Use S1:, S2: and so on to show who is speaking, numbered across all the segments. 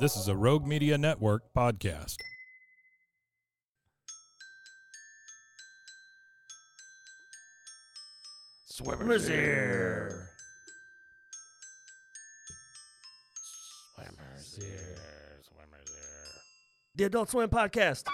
S1: This is a Rogue Media Network podcast.
S2: Swimmer's ear. Swimmer's ear. Swimmer's ear. The Adult Swim Podcast.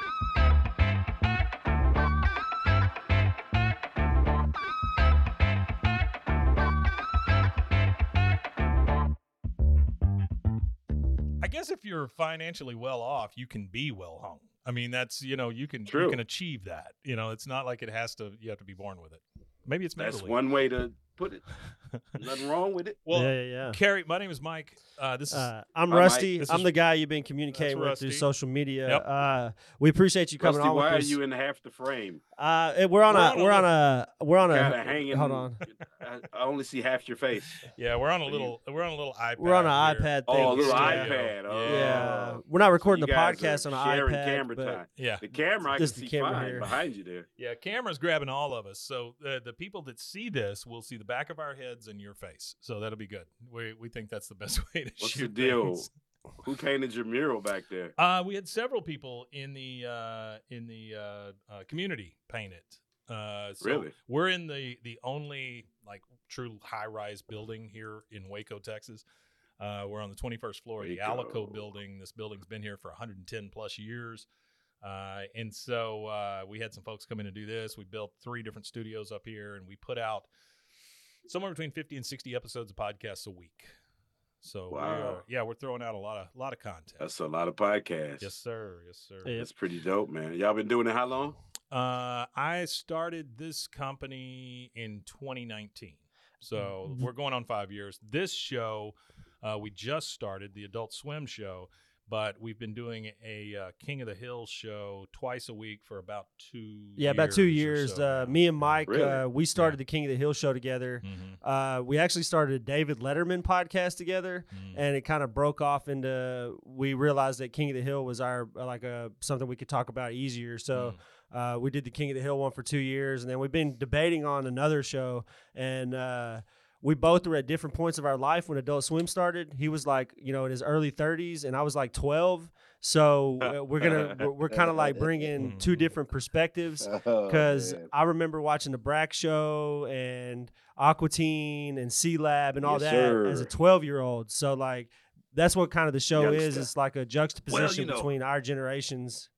S1: I guess if you're financially well off, you can be well hung. I mean, that's you know, you can you
S3: True.
S1: can achieve that. You know, it's not like it has to. You have to be born with it. Maybe it's
S3: That's
S1: mentally.
S3: one way to put it. Nothing wrong with it.
S1: Well,
S2: yeah, yeah,
S1: Carrie, my name is Mike. Uh, this
S2: yeah.
S1: is
S2: Uh, I'm
S3: Hi, Mike.
S2: Rusty.
S1: This
S2: I'm
S1: is-
S2: the guy you've been communicating with
S1: That's
S2: through
S1: Rusty.
S2: social media.
S1: Yep.
S2: Uh, we appreciate you coming
S3: Rusty,
S2: on
S3: why
S2: with
S3: are
S2: us.
S3: you in half the frame?
S2: uh, eh, we're on
S1: We're
S2: a
S1: on a
S2: we're on a we're on a
S3: Kind of hanging.
S2: hold on
S3: I, I only see half your face.
S1: yeah. We're on a
S3: Are you-
S1: little. We're on a little iPad.
S2: we're on an
S1: here.
S2: iPad thing.
S3: Oh, a little
S1: Yeah.
S3: iPad. Oh.
S2: Yeah,
S3: So
S2: we're not recording
S3: you
S2: the
S3: guys are
S2: podcast on an
S3: sharing
S2: iPad.
S3: camera
S2: but
S3: time.
S1: Yeah,
S3: The camera, I can
S2: Just the
S3: see
S2: camera
S3: fine
S2: here.
S3: behind you there.
S1: yeah. Camera's grabbing all of us, so uh, the people that see this will see the back of our heads and your face. So that'll be good. We we think that's the best way to
S3: What's the
S1: shoot
S3: deal?
S1: things.
S3: Who painted your mural back there?
S1: Uh, we had several people in the uh, in the uh, uh, community paint it. Uh, so
S3: Really?
S1: We're in the the only like true high rise building here in Waco, Texas. Uh, we're on the 21st floor of the
S3: Waco.
S1: Alico building. This building's been here for 110 plus years. Uh, and so uh, we had some folks come in and do this. We built three different studios up here, and we put out somewhere between 50 and 60 episodes of podcasts a week. So we
S3: Wow.
S1: are- yeah, we're throwing out a lot of lot of content.
S3: That's a lot of podcasts.
S1: Yes, sir. Yes, sir.
S2: Yeah.
S3: That's pretty dope, man. Y'all been doing it how long?
S1: Uh, I started this company in 2019. So
S2: Mm-hmm.
S1: we're going on five years. This show, uh, we just started the Adult Swim show, but we've been doing a uh, King of the Hill show twice a week for about two
S2: Yeah, about two
S1: years or
S2: years.
S1: so
S2: uh,
S1: now.
S2: me and Mike,
S3: Really?
S2: uh, we started the King of the Hill show together.
S1: Mhm,
S2: Uh, we actually started a David Letterman podcast together,
S1: mhm.
S2: and it kind of broke off into. We realized that King of the Hill was our like a something we could talk about easier. So uh, we did the King of the Hill one for two years, and then we've been debating on another show. And uh, we both were at different points of our life when Adult Swim started. He was like, you know, in his early 30s, and I was like 12. So uh, we're gonna we're, we're kind of like bringing two different perspectives because I remember watching the Brack Show and Aquatine and C Lab and all
S3: Yes,
S2: that as a
S3: sir.
S2: 12 year old. So like that's what kind of the show is.
S3: Youngster.
S2: It's like a juxtaposition
S3: know.
S2: between our generations.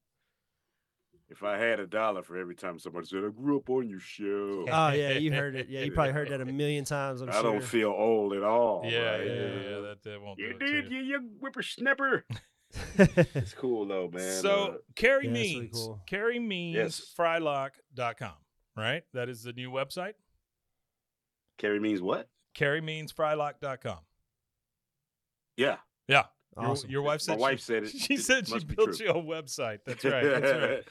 S3: If I had a dollar for every time somebody said, I grew up on your show,
S1: Yeah.
S2: Oh yeah, you heard it. Yeah, you probably heard that a million times. I'm
S3: I
S2: sure.
S3: don't feel old at all.
S1: yeah,
S3: right?
S1: yeah, yeah, yeah, That, that won't
S3: Oh, You
S1: do it to
S3: did, you young whippersnapper. It's cool though, man. Uh,
S1: So Carrie
S2: Yeah, it's
S1: means
S2: really cool.
S1: Carrie means
S3: Yes.
S1: frylock.com, right? That is the new website.
S3: Carrie means what?
S1: Carrie means frylock.com.
S3: Yeah.
S1: Yeah.
S2: Awesome.
S1: Your, your wife
S3: My
S1: said she,
S3: wife said it.
S1: She
S3: It
S1: said she
S3: must be
S1: built
S3: true.
S1: you a website. That's right. That's right.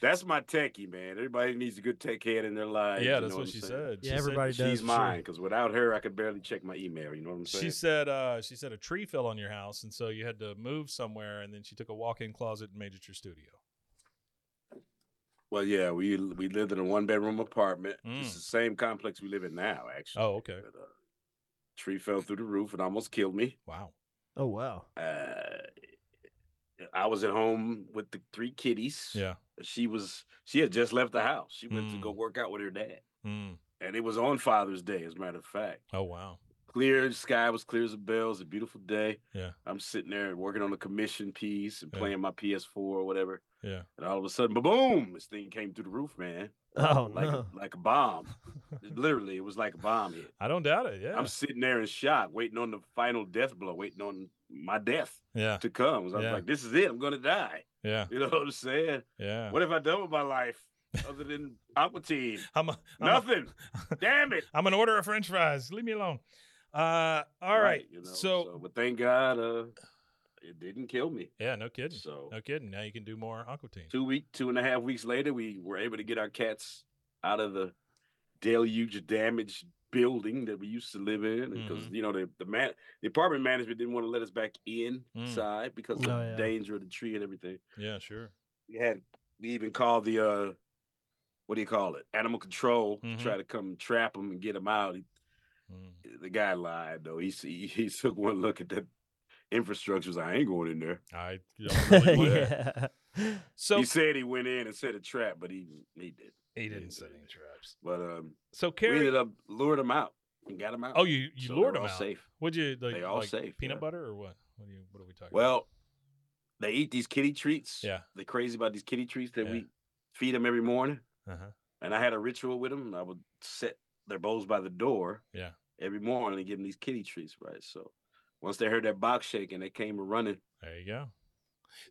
S3: That's my techie, man. Everybody needs a good tech head in their lives.
S1: yeah,
S3: you
S1: that's
S3: know
S1: what
S3: I'm
S1: she
S3: saying?
S1: said.
S2: Yeah,
S1: She said-
S2: everybody
S3: She's
S2: does. for sure.
S3: mine because without her, I could barely check my email. You know what I'm saying?
S1: She said uh, she said a tree fell on your house, and so you had to move somewhere, and then she took a walk-in closet and made it your studio.
S3: well, yeah, we we lived in a one bedroom apartment.
S1: Mm.
S3: It's the same complex we live in now, actually.
S1: Oh, okay.
S3: But, uh, tree fell through the roof and almost killed me.
S1: Wow.
S2: Oh wow.
S3: Uh, I was at home with the three kitties.
S1: Yeah.
S3: She was she had just left the house. She went to
S1: Mm.
S3: go work out with her dad.
S1: Mm.
S3: And it was on Father's Day, as a matter of fact.
S1: Oh, wow.
S3: clear. The sky was clear as a bell. It was a beautiful day.
S1: Yeah.
S3: I'm sitting there working on a commission piece and
S1: Yeah.
S3: playing my PS4 or whatever.
S1: Yeah.
S3: And all of a sudden, boom! This thing came through the roof, man.
S2: Oh
S3: Like
S2: no.
S3: a, like a bomb. Literally, it was like a bomb hit.
S1: I don't doubt it. Yeah.
S3: I'm sitting there in shock, waiting on the final death blow, waiting on my death
S1: yeah.
S3: to come. So I was
S1: Yeah.
S3: like, "This is it. I'm gonna die."
S1: Yeah.
S3: You know what I'm saying?
S1: Yeah.
S3: What have I done with my life other than Aquatine?
S1: I'm, a, I'm, a,
S3: Nothing. Damn it.
S1: I'm an order of French fries. Leave me alone. Uh, all right.
S3: you know,
S1: so,
S3: but thank God, uh, it didn't kill me.
S1: yeah, no kidding.
S3: So
S1: No kidding. Now you can do more Aquatine.
S3: two week, two and a half weeks later, we were able to get our cats out of the deluge of damaged building that we used to live in because
S1: Mm-hmm.
S3: you know the the man the apartment management didn't want to let us back
S1: Mm.
S3: inside because of
S2: Oh,
S3: the
S2: yeah.
S3: danger of the tree and everything.
S1: Yeah, sure.
S3: we had we even called the uh what do you call it animal control
S1: Mhm.
S3: to try to come trap him and get him out He-
S1: Mm.
S3: the guy lied though he s- he, he took one look at that infrastructure was like, i ain't going in there
S1: I don't really want that.
S2: yeah.
S1: So
S3: he said he went in and set a trap but he he did
S1: he didn't set any traps.
S3: but um
S1: So
S3: we
S1: Carrie,
S3: ended up lured him out and got him out
S1: oh, you you
S3: So they
S1: lured
S3: were
S1: him
S3: all
S1: out.
S3: safe
S1: Would you like,
S3: They all
S1: like
S3: safe,
S1: peanut
S3: yeah.
S1: butter or what? What do you what are we talking?
S3: well they eat these kitty treats
S1: Yeah.
S3: they're crazy about these kitty treats that
S1: Yeah.
S3: we feed them every morning
S1: about? uh
S3: and I had a ritual with them. I would set their bowls by the door.
S1: Yeah.
S3: Every morning and give them these kitty treats, right? So once they heard that box shaking, they came running.
S1: there you go.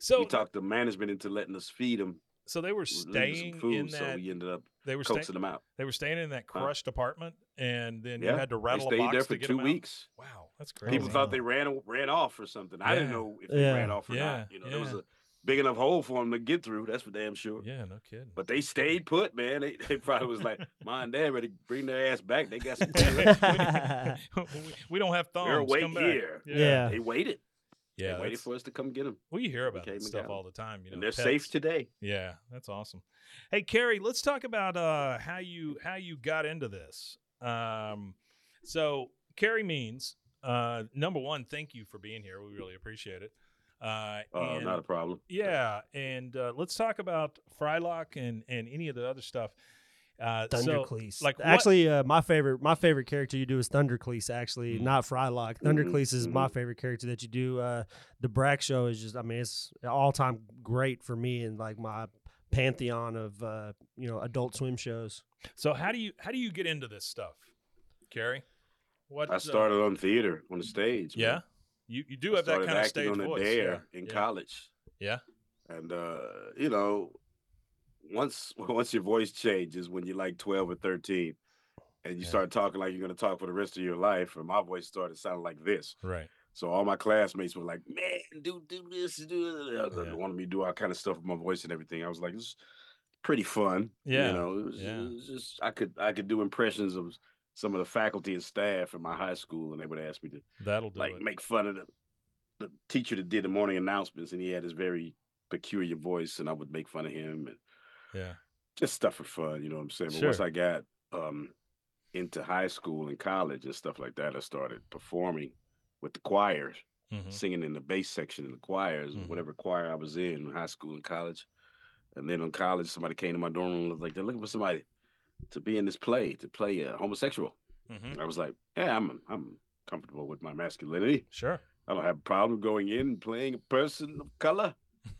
S1: So
S3: we talked the management into letting us feed them,
S1: so they were staying
S3: food,
S1: in
S3: so
S1: that
S3: we ended up
S1: they were
S3: coaxing
S1: staying
S3: them out.
S1: they were staying in that crushed apartment, and then you
S3: Yeah,
S1: had to
S3: They
S1: rattle a
S3: stayed
S1: box
S3: there
S1: to
S3: for
S1: get
S3: two
S1: them out?
S3: weeks.
S1: Wow, that's crazy.
S3: People thought they ran ran off or something. I didn't
S1: Yeah.
S3: know if they ran
S2: Yeah.
S3: off or
S1: Yeah.
S3: not. You know, there was
S1: Yeah.
S3: a big enough hole for them to get through. That's for damn sure.
S1: yeah, no kidding.
S3: But they stayed put, man. They, they probably was like, "Mom and Dad, ready bring their ass back. They got some. cleanup.
S1: we, we don't have thumbs.
S3: They're awake
S1: Come back.
S3: here.
S2: Yeah.
S3: They waited.
S1: yeah.
S3: they waited
S1: that's-
S3: for us to come get them.
S1: we hear about
S3: came
S1: that
S3: and
S1: stuff
S3: got 'em.
S1: all the time. You know,
S3: and they're
S1: pets.
S3: safe today.
S1: Yeah, that's awesome. Hey, Carrie, let's talk about uh, how you how you got into this. Um, so, Carrie means uh, number one, thank you for being here. We really appreciate it. Uh,
S3: Oh,
S1: and-
S3: not a problem.
S1: yeah, and uh, let's talk about Frylock and and any of the other stuff. Uh, so,
S2: Thundercleese.
S1: like, what-
S2: actually, uh, my favorite my favorite character you do is Thundercleese. Actually,
S1: Mhm.
S2: not Frylock.
S3: Mhm,
S2: Thundercleese is
S1: Mm-hmm.
S2: my favorite character that you do. Uh, the Brack Show is just I mean it's all time great for me and like my pantheon of uh, you know Adult Swim shows.
S1: so how do you how do you get into this stuff, Carrie? What
S3: I
S1: uh,
S3: started on theater on the stage. man.
S1: yeah, you you do
S3: I
S1: have that
S3: started
S1: kind of
S3: acting
S1: stage
S3: on the
S1: voice.
S3: Dare
S1: yeah.
S3: in
S1: yeah.
S3: college.
S1: Yeah.
S3: And uh, you know, once once your voice changes when you're like 12 or 13 and you
S1: Yeah.
S3: start talking like you're going to talk for the rest of your life and my voice started sounding like this.
S1: Right.
S3: So all my classmates were like, "Man, do do this, do that."
S1: Yeah.
S3: They wanted me to do all kind of stuff with my voice and everything. I was like, "It's pretty fun."
S1: Yeah,
S3: you know, it was, it
S1: yeah.
S3: was just I could I could do impressions of some of the faculty and staff in my high school, and they would ask me to
S1: That'll do
S3: like
S1: it.
S3: make fun of the the teacher that did the morning announcements, and he had his very peculiar voice, and I would make fun of him and
S1: yeah.
S3: just stuff for fun. You know what I'm saying? But once
S1: Sure.
S3: I got um into high school and college and stuff like that, I started performing with the choirs
S1: Mm-hmm.
S3: singing in the bass section in the choirs,
S1: Mhm.
S3: whatever choir I was in, high school and college. And then in college, somebody came to my dorm room and was like, they're looking for somebody to be in this play, to play a homosexual.
S1: Mm-hmm.
S3: And I was like, yeah, I'm I'm comfortable with my masculinity.
S1: Sure.
S3: I don't have a problem going in and playing a person of color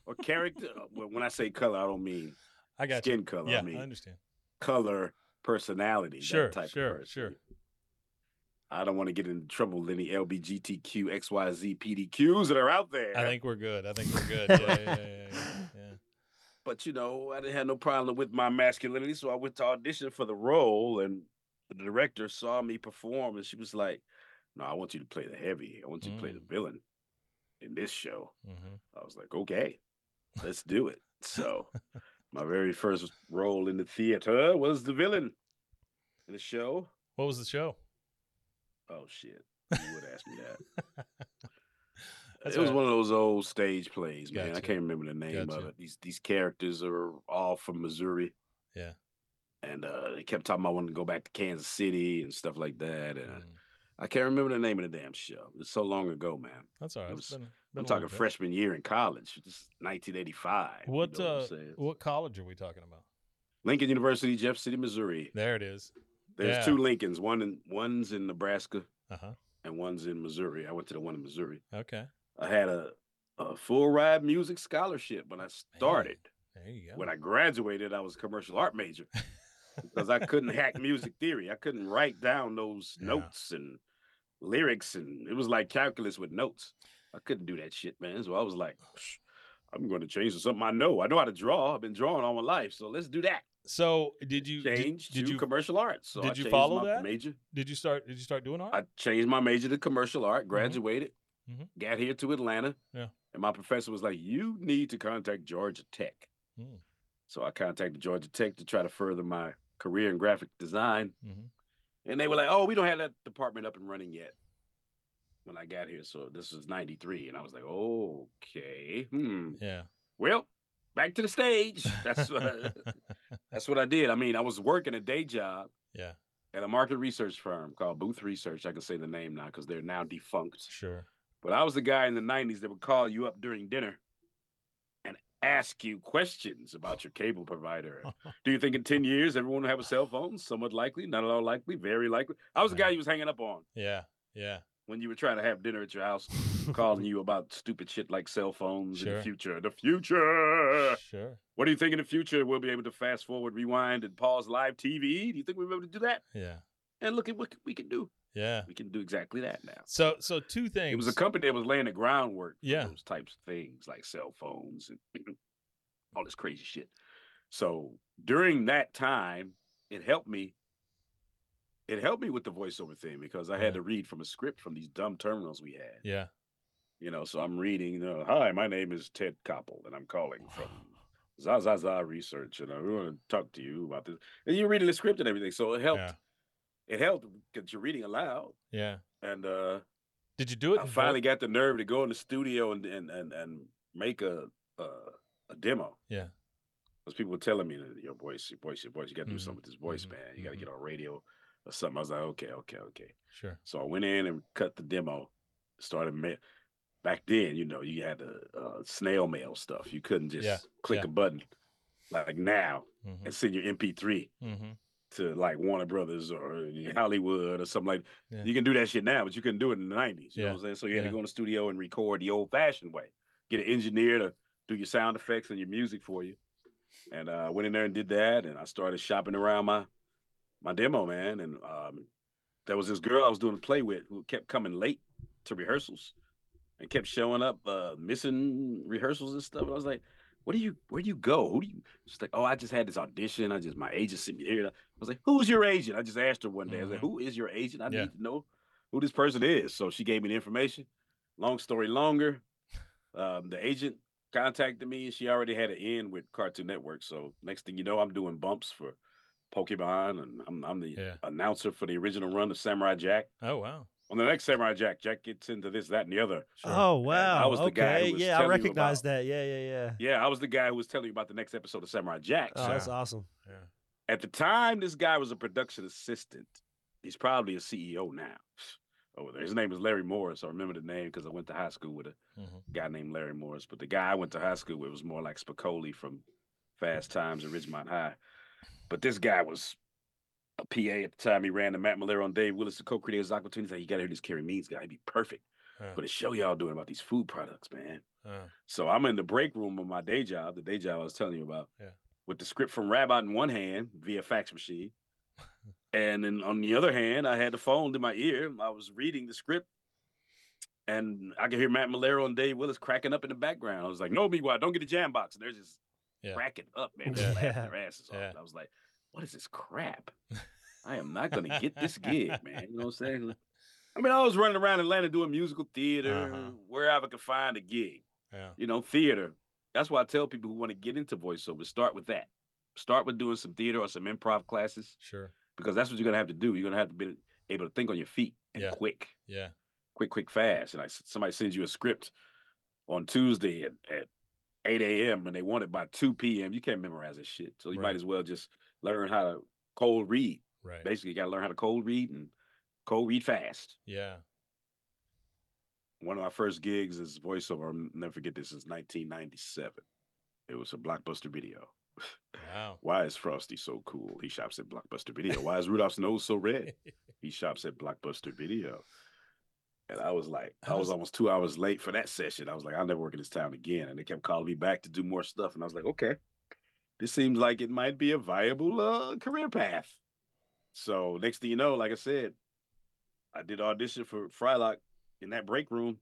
S3: or character. well, when I say color, I don't mean
S1: I got
S3: skin color.
S1: you. Yeah,
S3: I mean
S1: I understand.
S3: color, personality,
S1: Sure,
S3: that type
S1: sure,
S3: of person.
S1: sure.
S3: I don't want to get into trouble with any LBGTQ, XYZ, PDQs that are out there.
S1: I think we're good. I think we're good. Yeah, yeah, yeah, yeah, yeah.
S3: but you know, I didn't have no problem with my masculinity, so I went to audition for the role, and the director saw me perform, and she was like, "No, I want you to play the heavy. I want you to play the
S1: Mm.
S3: villain in this show."
S1: yeah. Mm-hmm.
S3: I was like, "Okay, let's do it." So, my very first role in the theater was the villain in the show.
S1: What was the show?
S3: Oh shit, you would ask me that.
S1: That's
S3: it was
S1: all right.
S3: one of those old stage plays, man. I
S1: Gotcha.
S3: can't remember the name of
S1: Gotcha.
S3: it. These these characters are all from Missouri.
S1: Yeah.
S3: And uh, they kept talking about wanting to go back to Kansas City and stuff like that. And
S1: Mm.
S3: I can't remember the name of the damn show. It's so long ago, man.
S1: That's all right.
S3: it
S1: It's
S3: was-
S1: been- been
S3: I'm
S1: a
S3: talking
S1: little bit.
S3: freshman year in college. This is 1985. you
S1: What
S3: know I'm
S1: uh,
S3: saying?
S1: what college are we talking about?
S3: Lincoln University, Jeff City, Missouri.
S1: There it is.
S3: There's
S1: yeah.
S3: two Lincolns. One in one's in Nebraska,
S1: Uh huh.
S3: and one's in Missouri. I went to the one in Missouri.
S1: Okay.
S3: I had a, a full ride music scholarship when I started.
S1: There you go.
S3: When I graduated, I was a commercial art major because I couldn't hack music theory. I couldn't write down those
S1: Yeah.
S3: notes and lyrics, and it was like calculus with notes. I couldn't do that shit, man. So I was like, I'm going to change to something I know. I know how to draw. I've been drawing all my life, so let's do that.
S1: So did you did-
S3: Change
S1: did,
S3: to
S1: you
S3: commercial arts. So I
S1: did you
S3: changed
S1: follow
S3: my
S1: that?
S3: major?
S1: did you start did you start doing art?
S3: I changed my major to commercial art, graduated,
S1: Mhm.
S3: got here to Atlanta.
S1: Mm-hmm. Yeah.
S3: And my professor was like, You need to contact Georgia Tech.
S1: Mm.
S3: So I contacted Georgia Tech to try to further my career in graphic design.
S1: Mhm.
S3: And they were like, Oh, we don't have that department up and running yet when I got here. So this was 93. And I was like, Okay. Hmm.
S1: Yeah.
S3: Well, back to the stage. That's what, that's what I did. I mean, I was working a day job
S1: yeah.
S3: at a market research firm called Booth Research. I can say the name now because they're now defunct.
S1: Sure.
S3: But I was the guy in the 90s that would call you up during dinner and ask you questions about your cable provider. Do you think in 10 years everyone will have a cell phone? Somewhat likely, not at all likely, very likely. I was the guy you was hanging up on
S1: Yeah. Yeah.
S3: when you were trying to have dinner at your house, calling you about stupid shit like cell phones in
S1: Sure.
S3: the future. The future.
S1: Sure.
S3: What do you think in the future we'll be able to fast forward, rewind, and pause live TV? Do you think we'll be able to do that?
S1: Yeah.
S3: And look at what we can do.
S1: Yeah.
S3: We can do exactly that now.
S1: So so two things.
S3: It was a company that was laying the groundwork for
S1: Yeah.
S3: those types of things like cell phones and all this crazy shit. So during that time, it helped me. It helped me with the voiceover thing because I
S1: Yeah.
S3: had to read from a script from these dumb terminals we had.
S1: yeah.
S3: You know, so I'm reading, you know, hi, my name is Ted Koppel, and I'm calling from Zazaza Research, and I want to talk to you about this. And you're reading the script and everything. So it helped.
S1: Yeah.
S3: It helped because you're reading aloud.
S1: Yeah.
S3: And uh
S1: Did you do it?
S3: I
S1: in vo-
S3: finally got the nerve to go in the studio and and and, and make a, a a demo.
S1: Yeah.
S3: Because people were telling me that your voice, your voice, your voice. You got to
S1: Mhm,
S3: do something with this voice,
S1: mhm,
S3: man. You got to
S1: mhm.
S3: get on radio or something. I was like, okay, okay, okay.
S1: Sure.
S3: So I went in and cut the demo. Started ma- back then. You know, you had the uh, snail mail stuff. You couldn't just click
S1: yeah.
S3: a button like now
S1: Mm-hmm.
S3: and send your MP3
S1: Mm-hmm.
S3: to like Warner Brothers or Hollywood or something like
S1: Yeah.
S3: you can do that shit now, but you couldn't do it in the nineties. You
S1: Yeah,
S3: know what I'm saying? So you had
S1: yeah.
S3: to go in the studio and record the old fashioned way. Get an engineer to do your sound effects and your music for you. And uh, I went in there and did that and I started shopping around my my demo, man. And um, there was this girl I was doing a play with who kept coming late to rehearsals and kept showing up uh, missing rehearsals and stuff. And I was like, what do you where do you go? Who do you she's like, Oh, I just had this audition. I just my agent sent me here. I was like, Who's your agent? I just asked her one day. I was like,
S1: Mhm.
S3: Who is your agent? I
S1: Yeah.
S3: need to know who this person is. So she gave me the information. Long story longer. Um, the agent contacted me and she already had an in with Cartoon Network. So next thing you know, I'm doing bumps for Pokemon and I'm I'm the
S1: Yeah.
S3: announcer for the original run of Samurai Jack.
S1: Oh wow.
S3: On the next Samurai Jack, Jack gets into this, that, and the other.
S1: Sure.
S2: Oh wow!
S3: was the
S2: okay,
S3: guy who was
S2: yeah, I
S3: telling you
S2: recognize
S3: about-
S2: that. Yeah, yeah, yeah.
S3: Yeah, I was the guy who was telling you about the next episode of Samurai Jack.
S2: Oh,
S3: So
S2: that's awesome.
S1: Yeah.
S3: At the time, this guy was a production assistant. He's probably a CEO now. Over there, his name is Larry Morris. I remember the name because I went to high school with a
S1: Mhm.
S3: guy named Larry Morris. But the guy I went to high school with was more like Spicoli from Fast Times at Ridgemont High. But this guy was a PA at the time. He ran the Matt Malero on Dave Willis, the co-creators of Aquatine. He's like, you gotta hear this Kerry Means guy. He'd be perfect
S1: Yeah.
S3: for the show y'all doing about these food products, man.
S1: Uh,
S3: So I'm in the break room of my day job, the day job I was telling you about,
S1: Yeah.
S3: with the script from Rabbi in one hand via fax machine. and then on the other hand, I had the phone to my ear. I was reading the script and I could hear Matt Malero and Dave Willis cracking up in the background. I was like, no, meanwhile, don't get a jam box. And they're just
S1: Yeah.
S3: cracking up, man. They're
S1: Yeah.
S3: laughing their asses off.
S1: Yeah.
S3: And I was like, what is this crap? I am not going to get this gig, man. You know what I'm saying? I mean, I was running around Atlanta doing musical theater,
S1: Uh-huh.
S3: wherever I could find a gig
S1: yeah.
S3: you know, theater. That's why I tell people who want to get into voiceover, start with that. Start with doing some theater or some improv classes
S1: Sure.
S3: because that's what you're gonna have to do. You're gonna have to be able to think on your feet and
S1: Yeah.
S3: quick,
S1: Yeah.
S3: quick, quick, fast. And I, somebody sends you a script on Tuesday at, at 8 a.m. and they want it by 2 p.m. You can't memorize that shit, so you
S1: Right.
S3: might as well just learn how to cold read.
S1: Right.
S3: Basically, you gotta learn how to cold read and cold read fast
S1: yeah.
S3: one of my first gigs as voiceover. I'll never forget this. Is 1997. It was a blockbuster video.
S1: Wow.
S3: Why is Frosty so cool? He shops at Blockbuster Video. Why is Rudolph's nose so red? He shops at Blockbuster Video. And I was like, I
S1: How
S3: was
S1: does-
S3: almost two hours late for that session. I was like, I'll never work in this town again. And they kept calling me back to do more stuff. And I was like, okay, this seems like it might be a viable uh, career path. So next thing you know, like I said, I did audition for Frylock in that break room.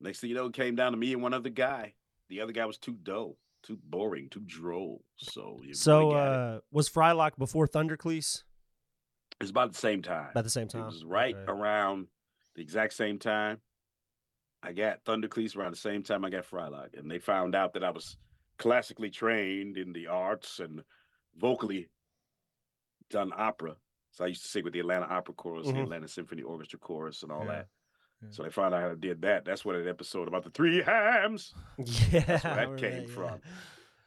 S3: Next thing you know, it came down to me and one other guy. The other guy was too dull, too boring, too droll. So you
S2: So
S3: really got it.
S2: uh, was Frylock before Thundercleese?
S3: it's about the same time.
S2: About the same time.
S3: It was right
S2: Okay.
S3: around the exact same time. I got Thundercleese around the same time I got Frylock, and they found out that I was classically trained in the arts and vocally done opera. So I used to sing with the Atlanta Opera Chorus, the
S2: Mhm.
S3: Atlanta Symphony Orchestra Chorus, and all
S1: Yeah,
S3: that.
S1: yeah.
S3: So they found out how I did that. That's what an episode about the three hams.
S2: Yeah, I
S3: where that
S2: remember
S3: came
S2: yeah.
S3: from.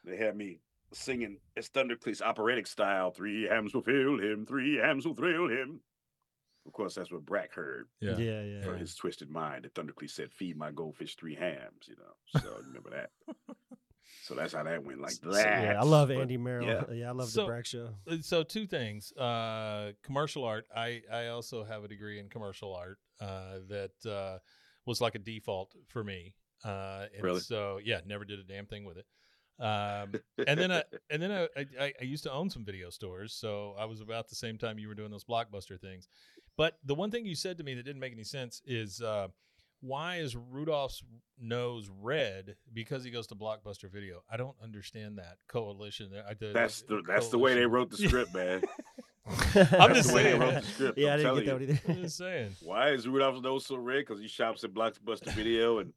S3: They had me singing as Thundercleese operatic style. Three hams will fill him. Three hams will thrill him. Of course, that's what Brack heard
S2: Yeah,
S1: Yeah.
S2: yeah.
S3: for his twisted mind that Thundercleese said, "Feed my goldfish three hams." You know, so I remember that. So that's how that went, like
S2: So,
S3: that.
S2: yeah, I love
S3: But
S2: Andy Merrill. Yeah,
S3: yeah.
S2: I love the
S1: So-
S2: Brack Show.
S1: Uh, so two things uh commercial art i i also have a degree in commercial art uh that uh was like a default for me uh and
S3: Really?
S1: so yeah never did a damn thing with it um and then I and then I, I I- I used to own some video stores, so I was about the same time you were doing those blockbuster things. But the one thing you said to me that didn't make any sense is uh, why is Rudolph's nose red because he goes to blockbuster video? I don't understand that coalition. there. I, the,
S3: that's the that's the way they
S1: coalition.
S3: wrote the script, man.
S2: I'm
S3: That's
S1: just
S3: the way they
S1: saying.
S3: wrote the script.
S2: yeah,
S3: I'm
S2: I didn't
S3: telling
S2: get that
S3: you.
S2: one either.
S1: I'm just saying.
S3: Why is Rudolph's nose so red? Because he shops at Blockbuster Video, and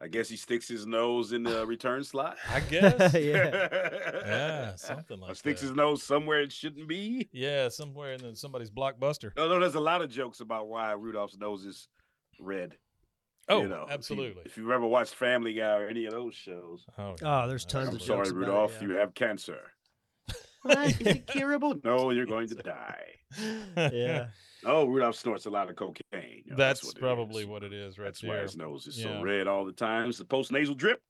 S3: I guess he sticks his nose in the return slot.
S1: I guess. yeah.
S2: yeah.
S1: something
S3: Or
S1: like
S3: sticks
S1: that.
S3: his nose somewhere it shouldn't be.
S1: Yeah, somewhere in the, somebody's blockbuster.
S3: No, no, there's a lot of jokes about why Rudolph's nose is red.
S1: Oh,
S3: you know, if you-
S1: absolutely.
S3: If you, ever watched Family Guy or any of those shows,
S1: Oh,
S2: Oh, there's
S1: yeah,
S2: tons
S3: I'm
S1: absolutely.
S2: of
S3: sorry,
S2: jokes about it,
S3: Rudolph,
S2: yeah.
S3: you have cancer. What? Is it curable?
S1: Oh,
S3: No, you're going to die.
S2: Yeah.
S3: Oh, Rudolph snorts a lot of cocaine. You know,
S1: that's
S3: what it
S1: probably
S3: is.
S1: what it is right
S3: That's why
S1: there.
S3: his nose is
S1: Yeah.
S3: so red all the time. It's the post nasal drip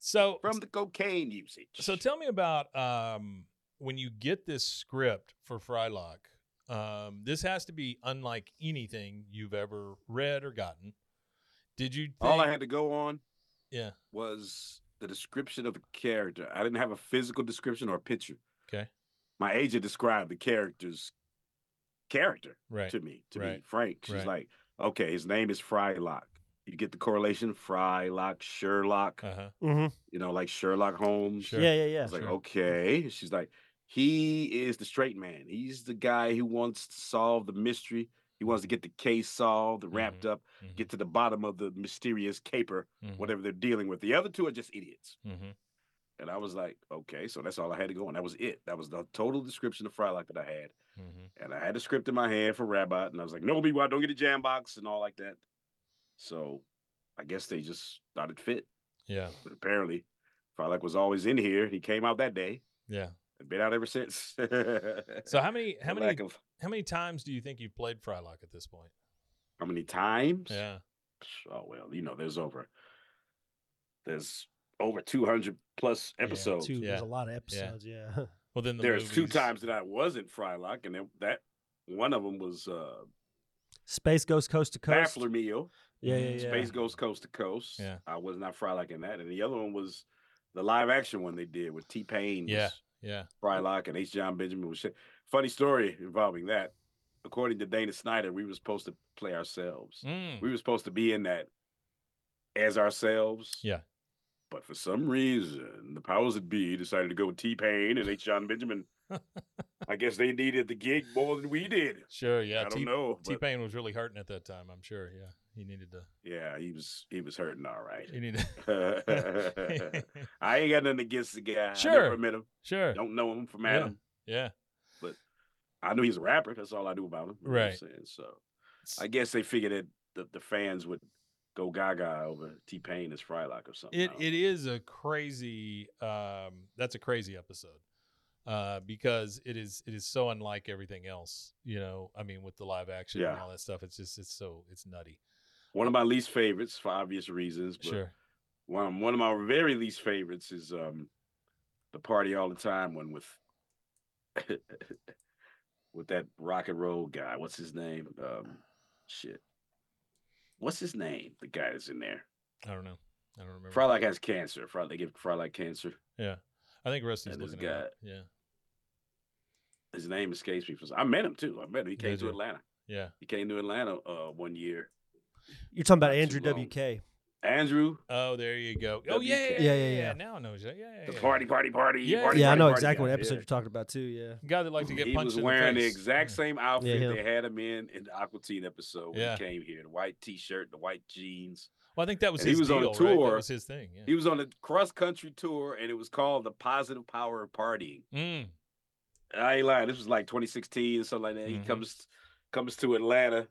S1: So
S3: from the cocaine usage.
S1: So tell me about um, when you get this script for Frylock. Um, this has to be unlike anything you've ever read or gotten. Did you? Think,
S3: all I had to go on
S1: Yeah.
S3: was the description of the character. I didn't have a physical description or a picture.
S1: Okay.
S3: My agent described the character's character
S1: Right.
S3: to me, to be
S1: right,
S3: frank. She's
S1: right.
S3: like, okay, his name is Frylock. You get the correlation, Frylock, Sherlock,
S1: Uh huh.
S2: Mhm.
S3: you know, like Sherlock Holmes.
S1: Sure.
S2: yeah, yeah, yeah.
S3: I was like,
S1: sure.
S3: okay. She's like, he is the straight man. He's the guy who wants to solve the mystery. He wants to get the case solved, wrapped up, get to the bottom of the mysterious caper,
S1: Mm-hmm.
S3: whatever they're dealing with. The other two are just idiots.
S1: hmm
S3: And I was like, okay, so that's all I had to go on. That was it. That was the total description of Frylock that I had.
S1: Mm-hmm.
S3: And I had the script in my hand for Rabbi, and I was like, no, be wild, don't get a jam box and all like that. So I guess they just thought it fit.
S1: Yeah.
S3: But apparently, Frylock was always in here. He came out that day
S1: Yeah.
S3: and been out ever since.
S1: So how many how
S3: The
S1: many
S3: lack of
S1: how many times do you think you've played Frylock at this point?
S3: how many times?
S1: Yeah.
S3: Oh well, you know, there's over there's over two hundred plus
S1: Yeah,
S3: episodes.
S2: Two, There's
S1: Yeah.
S2: a lot of episodes. Yeah. Yeah.
S1: Well, then the
S3: there's two
S1: movies-
S3: times that I wasn't Frylock, and then that one of them was uh,
S2: Space goes coast to coast.
S3: Baffler Meal.
S2: Yeah, yeah, yeah.
S3: Space Goes Coast to Coast.
S1: Yeah.
S3: I was not Frylock in that, and the other one was the live action one they did with T Pain. was
S1: Yeah. Yeah.
S3: Frylock and H. John Benjamin was shit. Funny story involving that. According to Dana Snyder, we were supposed to play ourselves.
S1: Mm.
S3: We were supposed to be in that as ourselves.
S1: Yeah.
S3: But for some reason, the powers that be decided to go with T Pain and H. John Benjamin. I guess they needed the gig more than we did.
S1: Sure. Yeah.
S3: I don't
S1: T-
S3: know.
S1: T
S3: but
S1: Pain was really hurting at that time. I'm sure. Yeah. He needed to.
S3: yeah, he was he was hurting all
S1: He
S3: right.
S1: needed.
S3: I ain't got nothing against the guy. I
S1: Sure.
S3: never met him.
S1: sure.
S3: Don't know him from
S1: Yeah.
S3: Adam.
S1: Yeah.
S3: I knew he's a rapper. That's all I knew about him. you know what I'm
S1: Right.
S3: saying? So I guess they figured that the, the fans would go gaga over T Pain as Frylock or something.
S1: It
S3: I don't
S1: it
S3: know.
S1: is a crazy um that's a crazy episode. Uh because it is it is so unlike everything else, you know. I mean with the live action and
S3: Yeah.
S1: all that stuff. It's just it's so it's nutty.
S3: One of my least favorites for obvious reasons. But
S1: Sure.
S3: One, one of my very least favorites is um the Party All the Time one with. with that rock and roll guy. What's his name? Um, shit. What's his name? The guy that's in there.
S1: I don't know. I don't remember.
S3: Frylock has cancer. Frylock they give Frylock cancer.
S1: Yeah. I think Rusty's
S3: And this
S1: looking at it.
S3: guy-
S1: up. Yeah.
S3: His name escapes me. I met him too. I met him. He came
S1: Did
S3: to
S1: you?
S3: Atlanta.
S1: Yeah.
S3: He came to Atlanta uh, one year.
S2: You're talking about
S3: Not too
S2: Andrew
S3: long.
S2: WK.
S3: Andrew,
S1: Oh, there you go. Oh,
S3: WK.
S1: yeah. Yeah,
S2: Yeah,
S1: yeah,
S2: yeah,
S1: yeah.
S2: yeah.
S1: Now I know. Yeah, yeah,
S3: the
S1: yeah.
S3: party, party, party,
S1: Yeah.
S3: party.
S2: Yeah, I
S3: party,
S2: know
S3: party
S2: exactly what
S3: guy.
S2: episode
S3: Yeah.
S2: you're talking about too. Yeah.
S1: Guy that liked to get
S3: he
S1: punched
S3: was
S1: in
S3: wearing
S1: the
S3: the
S1: face.
S3: exact
S1: Yeah.
S3: same outfit
S2: him.
S3: they had him in in the Aquatine episode when
S1: Yeah.
S3: he came here. The white T-shirt, the white jeans.
S1: Well, I think that was
S3: and he
S1: his
S3: was on a
S1: deal, right? That
S3: tour.
S1: was his thing. Yeah.
S3: He was on a cross-country tour, and it was called "The Positive Power of Partying."
S1: Mm.
S3: I ain't lying. This was like 2016 or something like that. He
S1: Mhm.
S3: comes comes to Atlanta,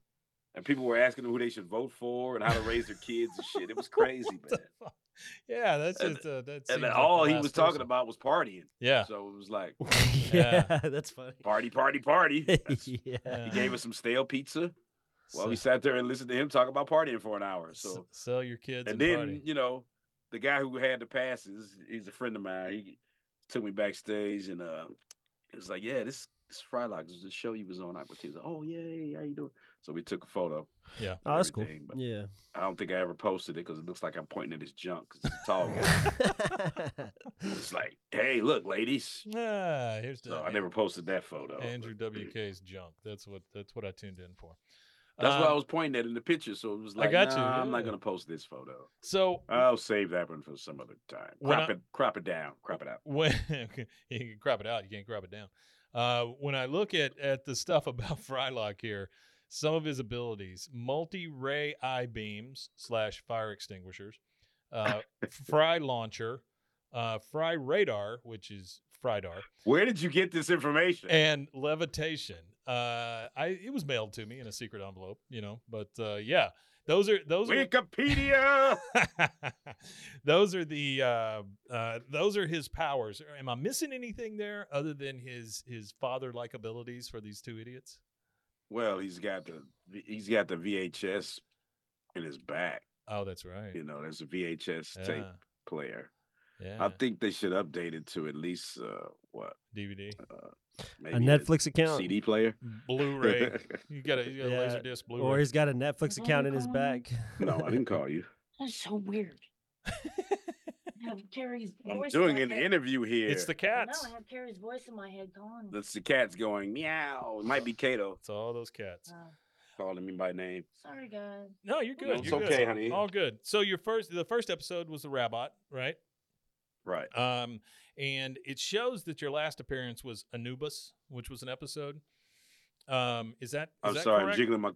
S3: and people were asking him who they should vote for and how to raise their kids and shit. It was crazy,
S1: What the
S3: man.
S1: fuck? Yeah, that's
S3: And-
S1: just uh, that's
S3: And all he was talking about was partying.
S1: Yeah,
S3: So it was like
S2: yeah. That's funny.
S3: party, party, party. That's-
S2: yeah.
S3: uh, He
S1: Yeah.
S3: gave us some stale pizza. Well, we
S1: So-
S3: sat there and listened to him talk about partying for an hour.
S1: s-
S3: So
S1: sell your kids
S3: and
S1: and,
S3: then
S1: party.
S3: you know the guy who had the passes he's a friend of mine he took me backstage and uh it was like yeah this this Frylock was the show you was on aqua Teen." He's like, oh yeah, yeah yeah, how you doing so we took a photo
S1: Yeah.
S3: and
S2: Oh, that's cool.
S3: everything, but
S2: Yeah.
S3: i don't think i ever posted it because it looks like i'm pointing at his junk because he's a tall guy it's like hey look ladies
S1: Ah, here's the
S3: so i never posted that photo
S1: Andrew
S3: but-
S1: WK's junk. That's what that's what I tuned in for.
S3: that's what i
S1: Um,
S3: was pointing at in the picture so it was
S1: I
S3: like
S1: got you,
S3: "Nah, i'm not
S1: yeah.
S3: gonna post this photo
S1: So
S3: i'll save that one for some other time
S1: When
S3: crop
S1: I-
S3: it crop it down crop it out
S1: when you can crop it out, you can't crop it down. Uh, when I look at at the stuff about Frylock here, some of his abilities: multi-ray I beams slash fire extinguishers, uh, fry launcher, uh, fry radar, which is Frydar,
S3: Where did you get this information?
S1: and levitation. Uh, I it was mailed to me in a secret envelope, you know. But uh, yeah, those are those are
S3: Wikipedia.
S1: those are the uh, uh, those are his powers. Am I missing anything there other than his his father like abilities for these two idiots?
S3: well, he's got the he's got the VHS in his back.
S1: Oh, that's right.
S3: You know, there's a VHS tape
S1: Yeah,
S3: player.
S1: yeah.
S3: I think they should update it to at least uh, what
S1: DVD,
S3: maybe
S2: A Netflix account.
S3: CD player.
S1: Blu-ray. You got a, you got a
S2: Yeah,
S1: laser disc
S2: Or
S1: Blu-ray.
S2: he's got a Netflix
S4: Why
S2: account
S4: you
S2: in his
S4: calling
S2: back.
S3: no, I didn't call you.
S4: That's so weird. I have Carrie's
S3: I'm
S4: voice in
S3: doing
S4: my
S3: an
S4: head.
S3: interview here.
S1: it's the cats.
S4: No, I have Carrie's voice in my head calling. me.
S3: That's the cats going meow. It might be Kato
S1: It's all those cats.
S4: Oh,
S3: calling me by name.
S4: sorry, guys.
S1: No, you're good.
S3: No, it's
S1: you're
S3: okay,
S1: good.
S3: honey.
S1: All good. So your first the first episode was the Rabot, right?
S3: Right.
S1: Um, and it shows that your last appearance was Anubis, which was an episode. Um, is that? Is
S3: I'm
S1: that
S3: sorry.
S1: correct?
S3: I'm jiggling my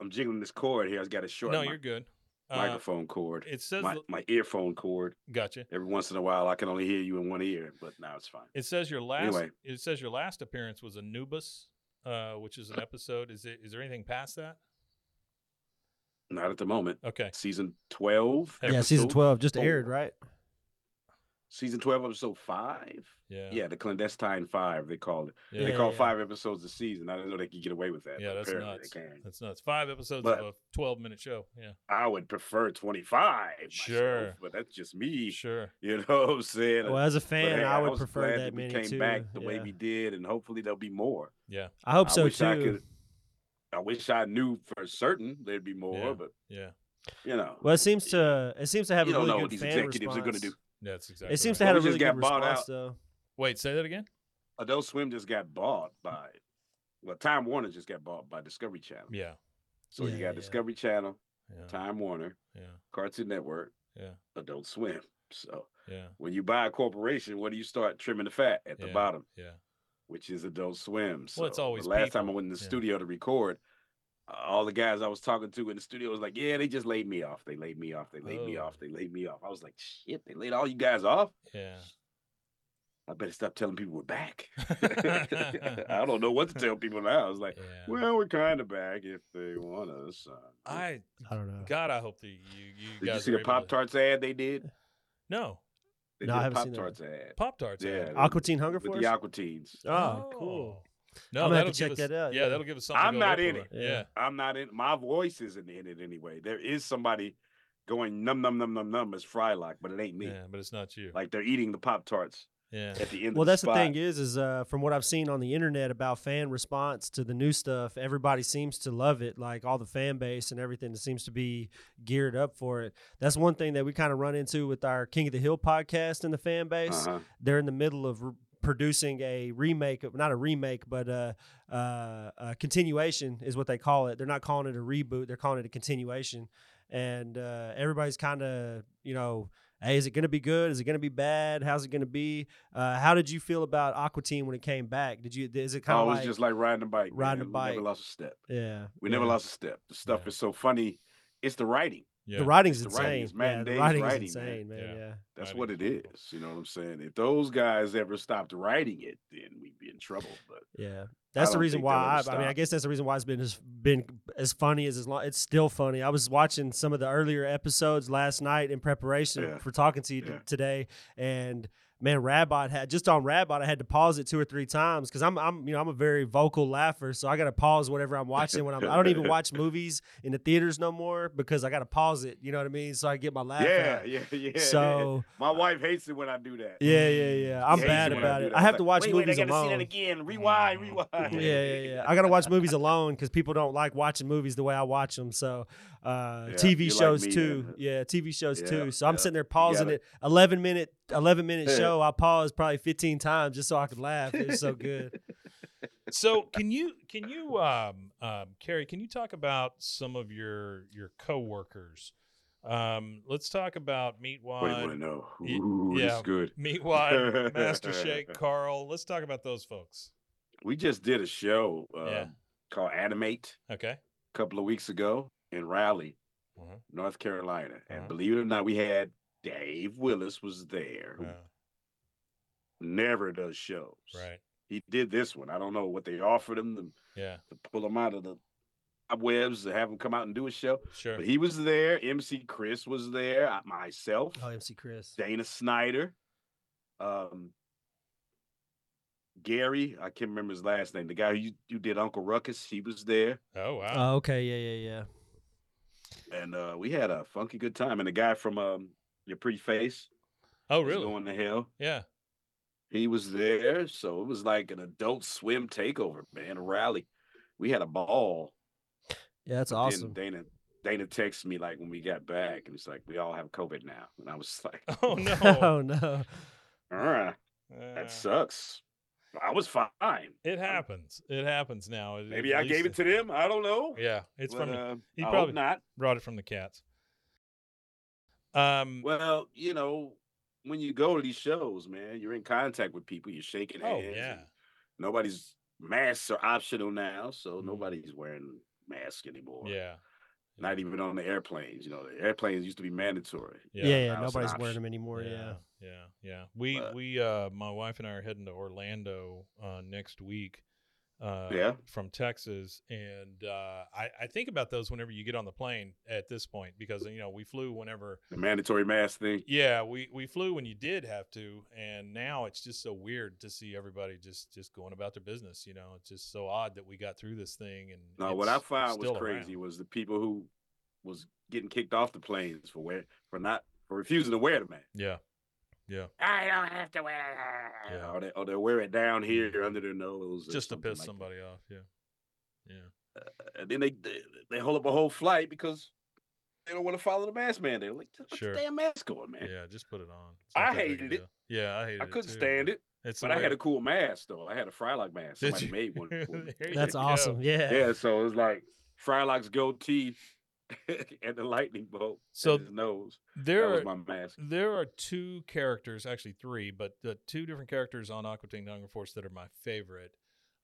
S3: I'm jiggling this cord here. I've got a short
S1: No,
S3: mi-
S1: you're good. Uh,
S3: microphone cord.
S1: It says
S3: My,
S1: the-
S3: my earphone cord.
S1: gotcha.
S3: every once in a while I can only hear you in one ear, but now it's fine.
S1: It says your last.
S3: Anyway.
S1: It says your last appearance was Anubis, uh, which is an episode. Is it? Is there anything past that?
S3: Not at the moment.
S1: Okay.
S3: Season twelve.
S2: yeah, season
S3: episode- Oh.
S2: 12 just
S3: four.
S2: aired, right?
S3: Season twelve, episode five.
S1: Yeah.
S3: Yeah. the clandestine five they called it.
S1: Yeah.
S3: they call
S2: yeah.
S3: five episodes a season. I didn't know they could get away with that.
S1: Yeah,
S3: but
S1: that's
S3: apparently
S1: nuts.
S3: They can.
S1: That's nuts. Five episodes
S3: But-
S1: of a twelve-minute show. Yeah.
S3: I would prefer twenty five.
S1: Sure.
S3: but that's just me.
S1: Sure.
S3: You know what I'm saying?
S2: Well, as a
S3: But
S2: fan,
S3: hey,
S2: I would
S3: was
S2: prefer
S3: glad
S2: that
S3: we
S2: many
S3: came
S2: too.
S3: back the way
S2: Yeah.
S3: we did, and hopefully there'll be more.
S1: Yeah.
S2: I hope so
S3: wish
S2: too.
S3: I could. I wish I knew for certain there'd be more,
S1: Yeah.
S3: but
S1: Yeah.
S3: you know.
S2: Well, it seems to it seems to have
S3: you
S2: a
S3: don't
S2: really
S3: know
S2: good
S3: what these
S2: fan
S3: executives are going to
S2: response.
S3: do.
S1: That's exactly.
S2: It seems
S1: right.
S2: to have a
S3: Well, we
S2: really
S3: just
S2: good
S3: got bought
S2: response
S3: out.
S2: though.
S1: Wait. Say that again.
S3: Adult Swim just got bought by, well, Time Warner just got bought by Discovery Channel.
S1: Yeah.
S3: So
S2: Yeah,
S3: you
S2: yeah.
S3: got Discovery Channel,
S1: Yeah.
S3: Time Warner,
S1: Yeah.
S3: Cartoon Network,
S1: Yeah.
S3: Adult Swim. So
S1: Yeah.
S3: when you buy a corporation, what do you start trimming the fat at the
S1: Yeah,
S3: bottom,
S1: Yeah.
S3: which is Adult Swim? So
S1: Well, it's always
S3: the last time I
S1: people,
S3: went in the
S1: yeah.
S3: studio to record. uh, All the guys I was talking to in the studio was like, "Yeah, they just laid me off. They laid me off. They laid me
S1: Oh.
S3: off. They laid me off." I was like, "Shit, they laid all you guys off."
S1: Yeah.
S3: I better stop telling people we're back. I don't know what to tell people now. It's like,
S1: Yeah.
S3: well, we're kind of back if they want us. Uh,
S1: I
S2: I don't know.
S1: God, I hope that you you
S3: did you
S1: guys
S3: see
S1: are
S3: the
S1: able to-
S3: Pop Tarts ad they did?
S1: No,
S3: They
S2: No, I
S3: did
S2: haven't seen
S3: Pop
S2: that one.
S3: Tarts ad.
S1: Pop Tarts.
S3: Yeah,
S1: ad.
S3: it
S2: Aqua Teen Hunger
S3: with
S2: Force.
S3: the Aqua Teens.
S2: oh, cool.
S1: No,
S2: I'm gonna have
S1: that'll
S2: to
S1: give
S2: check
S1: us-
S2: that out,
S1: Yeah,
S2: yeah.
S1: that'll give us something.
S3: I'm
S1: to go
S3: not
S1: look
S3: in
S1: for.
S3: it.
S1: Yeah.
S3: I'm not in. My voice isn't in it anyway. There is somebody going num num num num num as Frylock, but it ain't me.
S1: Yeah, but it's not you.
S3: Like they're eating the Pop Tarts.
S1: Yeah.
S3: at the end.
S2: Well,
S3: of the
S2: that's
S3: spot.
S2: the thing is, is uh, from what I've seen on the internet about fan response to the new stuff, everybody seems to love it. Like all the fan base and everything that seems to be geared up for it. That's one thing that we kind of run into with our King of the Hill podcast and the fan base.
S3: Uh-huh.
S2: They're in the middle of. Re- producing a remake of not a remake but uh uh a continuation is what they call it they're not calling it a reboot they're calling it a continuation and uh everybody's kind of you know hey is it gonna be good is it gonna be bad how's it gonna be uh, how did you feel about Aqua Teen when it came back? Did you is it kind of
S3: Always
S2: like,
S3: Oh, just like riding a bike.
S2: riding
S3: man.
S2: a
S3: We
S2: bike.
S3: never lost a step.
S2: yeah?
S3: We never
S2: yeah.
S3: lost a step. The stuff
S1: Yeah.
S3: is so funny. It's the writing.
S1: Yeah.
S2: the writing's
S3: The
S2: insane.
S3: writing is
S2: man,
S3: Mandate's
S2: the writing's
S3: writing,
S2: insane, man.
S1: man. Yeah.
S2: Yeah.
S3: That's
S1: Writing
S3: what
S1: is
S3: it
S1: wonderful.
S3: is. You know what I'm saying? If those guys ever stopped writing it, then we'd be in trouble. But
S2: yeah, That's the
S3: don't
S2: reason
S3: think they'll ever
S2: why I, I mean, I
S3: stop.
S2: guess that's the reason why it's been as been as funny as as long. It's still funny. I was watching some of the earlier episodes last night in preparation
S3: Yeah.
S2: for talking to you t-
S3: Yeah.
S2: today, and man, Rabot had just on Rabot. I had to pause it two or three times because I'm I'm you know I'm a very vocal laugher, so I got to pause whatever I'm watching when I'm. I don't even watch movies in the theaters no more because I got to pause it. You know what I mean? So I get my laugh.
S3: yeah,
S2: out.
S3: yeah, yeah.
S2: So
S3: my wife hates it when I do that.
S2: yeah, yeah, yeah. I'm
S3: Hates
S2: bad
S3: when I
S2: about
S3: do
S2: it.
S3: that.
S2: I
S3: It's
S2: have
S3: like,
S2: to watch
S3: wait, wait,
S2: movies
S3: I gotta see that
S2: alone. Mm-hmm.
S3: again. Rewind, rewind.
S2: Yeah, yeah, yeah. I gotta watch movies alone because people don't like watching movies the way I watch them. So, uh,
S3: Yeah,
S2: TV
S3: you're like
S2: shows
S3: me,
S2: too.
S3: man.
S2: Yeah, TV shows
S3: Yeah,
S2: too. So I'm
S3: yeah.
S2: sitting there pausing
S3: gotta-
S2: it. Eleven minute, eleven minute
S3: Yeah.
S2: show. I paused probably 15 times just so I could laugh. It's so good.
S1: so can you can you um, um, Carrie? Can you talk about some of your your coworkers? Um, let's talk about
S3: What do you want
S1: Meatwad,
S3: to know?
S1: y-
S3: Ooh, yeah.
S1: yeah.
S3: it's good.
S1: Meatwad, Master Shake, Carl. Let's talk about those folks.
S3: We just did a show uh,
S1: Yeah.
S3: called Animate
S1: Okay.
S3: a couple of weeks ago in Raleigh,
S1: Mhm.
S3: North Carolina, and
S1: Mhm.
S3: believe it or not, we had Dave Willis was there. who
S1: Uh,
S3: Never does shows.
S1: right.
S3: He did this one. I don't know what they offered him to,
S1: Yeah.
S3: to pull him out of the webs to have him come out and do a show.
S1: Sure.
S3: But he was there. MC Chris was there. I, myself.
S2: Oh, MC Chris.
S3: Dana Snyder, um, Gary, I can't remember his last name. The guy who you, you did Uncle Ruckus, he was there,
S1: oh wow.
S3: Uh,
S2: Oh, okay. Yeah, yeah, yeah.
S3: and uh, we had a funky good time. And the guy from um, Your Pretty Face,
S1: oh
S3: Is
S1: really?
S3: Going to Hell,
S1: Yeah.
S3: he was there. So it was like an adult swim takeover, man, a rally. We had a ball.
S2: Yeah, that's
S3: But
S2: awesome.
S3: Then Dana, Dana texted me like when we got back, and it's like we all have COVID now, and I was like,
S1: Oh no.
S2: oh no.
S3: all right,
S1: Uh,
S3: that sucks. I was fine.
S1: it happens. It happens now. At-
S3: Maybe
S1: at
S3: I
S1: least
S3: gave it to them. I don't know.
S1: Yeah. It's
S3: But,
S1: from the-
S3: uh,
S1: he
S3: I
S1: probably-
S3: hope not.
S1: brought it from the cats. Um.
S3: Well, you know, when you go to these shows, man, you're in contact with people. You're shaking
S1: oh
S3: hands.
S1: yeah.
S3: and Nobody's masks are optional now, so
S1: Mhm.
S3: nobody's wearing masks anymore.
S1: Yeah.
S3: Not even on the airplanes. You know, the airplanes used to be mandatory.
S2: Yeah, yeah.
S3: Now it's an
S2: nobody's wearing
S3: option.
S2: them anymore. Yeah.
S1: yeah, yeah. We
S3: But-
S1: we uh, my wife and I are heading to Orlando uh, next week. Uh,
S3: Yeah.
S1: from Texas, and uh, I I think about those whenever you get on the plane at this point because you know we flew whenever.
S3: The mandatory mask thing.
S1: Yeah, we we flew when you did have to, and now it's just so weird to see everybody just just going about their business. You know, it's just so odd that we got through this thing. And
S3: No, what I
S1: it's
S3: found was
S1: still around.
S3: crazy was the people who was getting kicked off the planes for wear for not for refusing to wear the mask.
S1: Yeah, yeah,
S3: I don't have to wear. it."
S1: Yeah.
S3: Or they or they wear it down here
S1: Mhm.
S3: under their nose. or
S1: just to
S3: something
S1: piss
S3: like that.
S1: somebody off. Yeah, yeah,
S3: and then they they, they hold up a whole flight because they don't want to follow the mask mandate. Like, just put
S1: Sure.
S3: the damn mask on, man.
S1: yeah. Just put it on. It's
S3: I
S1: not that big a
S3: hated it.
S1: deal. Yeah, I hated it.
S3: I couldn't
S1: too,
S3: stand
S1: but-
S3: it,
S1: It's
S3: but I had a cool mask though. I had a Frylock mask.
S1: Did
S3: Somebody
S1: you?
S3: made one. for me.
S1: There you
S2: That's
S1: go.
S2: awesome. Yeah.
S3: Yeah, so it was like Frylock's goatee and the lightning bolt.
S1: So
S3: So his nose. That
S1: there
S3: was
S1: are
S3: my mask.
S1: there are two characters, actually three, but the two different characters on Aqua Teen Hunger Force that are my favorite.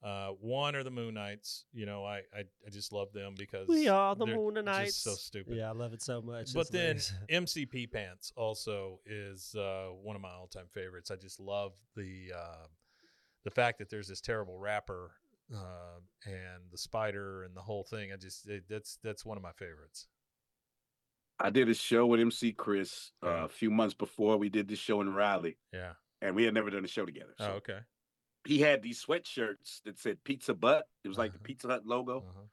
S1: Uh, one are the Moon Knights. You know, I I, I just love them because
S2: We are the
S1: they're
S2: Moon Knights.
S1: Just so stupid.
S2: Yeah, I love it so much.
S1: But
S2: It's
S1: then
S2: hilarious.
S1: MCP Pants also is uh, one of my all time favorites. I just love the uh, the fact that there's this terrible rapper uh, and the spider and the whole thing. I just it, that's that's one of my favorites.
S3: I did a show with MC Chris uh,
S1: Yeah.
S3: a few months before we did this show in Raleigh,
S1: Yeah.
S3: and we had never done a show together. So
S1: Oh, okay.
S3: he had these sweatshirts that said Pizza Butt. It was like the
S1: Uh-huh.
S3: Pizza Hut logo.
S1: Uh-huh.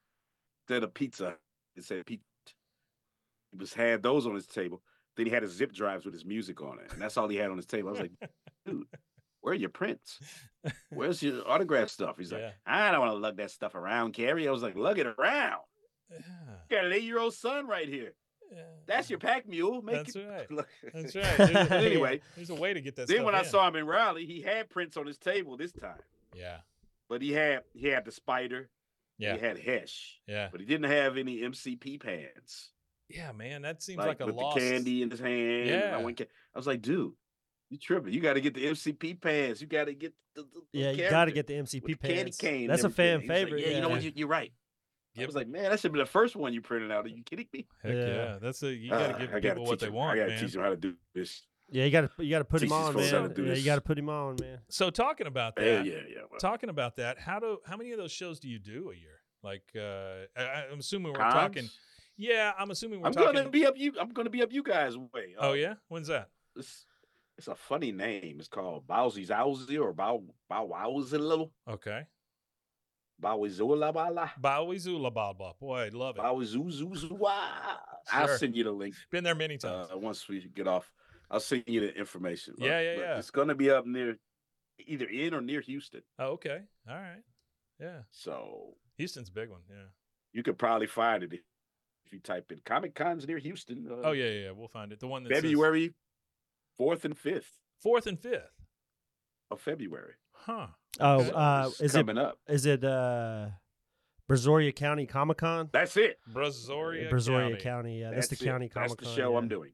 S3: instead of pizza, it said pizza. He was had those on his table. Then he had his zip drives with his music on it, and that's all he had on his table. I was like, dude, Where are your prints? Where's your autograph stuff? He's like,
S1: Yeah.
S3: I don't want to lug that stuff around, Carrie. I was like, lug it around. You got an eight year old son right here. That's your pack mule. Make
S1: That's
S3: it
S1: right.
S3: look.
S1: That's right. There's a-
S3: Anyway,
S1: there's a way to get that.
S3: then
S1: stuff
S3: when I
S1: in.
S3: saw him in Raleigh, he had prints on his table this time,
S1: yeah,
S3: but he had he had the spider.
S1: yeah,
S3: He had Hesh,
S1: yeah,
S3: but he didn't have any MCP pants.
S1: yeah, man, that seems
S3: like,
S1: like, a
S3: with
S1: lost.
S3: the candy in his hand. and I,
S1: Yeah.
S3: went, ca- I was like, dude, you tripping? You got to get the MCP pants. You got to get the, the- the
S2: Yeah, you got to
S3: character
S2: get the MCP
S3: with the
S2: pants.
S3: candy cane.
S2: That's a
S3: and everything."
S2: fan
S3: He was like,
S2: favorite.
S3: yeah, you know
S1: yeah.
S3: what? You, you're right. I
S1: Yep.
S3: was like, man, that should be the first one you printed out. Are you kidding me?
S1: Heck yeah.
S2: Yeah.
S1: that's a you got
S3: Ah,
S1: to give
S3: I
S1: people what
S3: teach
S1: they
S3: him-
S1: want,
S3: I gotta
S1: man.
S3: teach them how to do this.
S2: Yeah, you got to you got to put him
S3: Teach these
S2: on,
S3: folks how
S2: man.
S3: to do
S2: Yeah, you
S3: this.
S2: got to put him on, man.
S1: So talking about that,
S3: Yeah, yeah, yeah. well,
S1: talking about that, how do how many of those shows do you do a year? Like, uh, I, I'm assuming we're
S3: cons?
S1: talking. Yeah, I'm assuming we're
S3: I'm
S1: talking.
S3: gonna be up you. I'm gonna be up you guys' way.
S1: oh
S3: Uh,
S1: yeah, when's that?
S3: It's, it's a funny name. It's called Bowsy's Owsy or Bow Bow Wowzy Little
S1: Okay,
S3: Bowizula Bala
S1: Bowie Zula Baba. Boy, I love it.
S3: Bowizuzuzwa. I'll
S1: Sure.
S3: send you the link
S1: Been there many
S3: uh,
S1: times.
S3: once we get off. I'll send you the information. but-
S1: Yeah, yeah,
S3: but
S1: yeah.
S3: It's gonna be up near either in or near Houston.
S1: oh, okay, all right. Yeah,
S3: So
S1: Houston's a big one. Yeah.
S3: you could probably find it if you type in Comic Cons near Houston. Uh,
S1: Oh yeah, yeah. yeah, We'll find it. The one that says
S3: February fourth and fifth
S1: fourth and fifth.
S3: of February.
S1: Huh.
S2: Oh,
S1: Okay.
S2: uh,
S3: It's
S2: is it
S3: coming up?
S2: is it uh, Brazoria County Comic Con?
S3: That's it.
S1: Brazoria.
S2: Brazoria
S1: County.
S2: County. yeah, that's, the
S3: it.
S2: county Comic Con.
S3: That's the show
S2: yeah.
S3: I'm doing.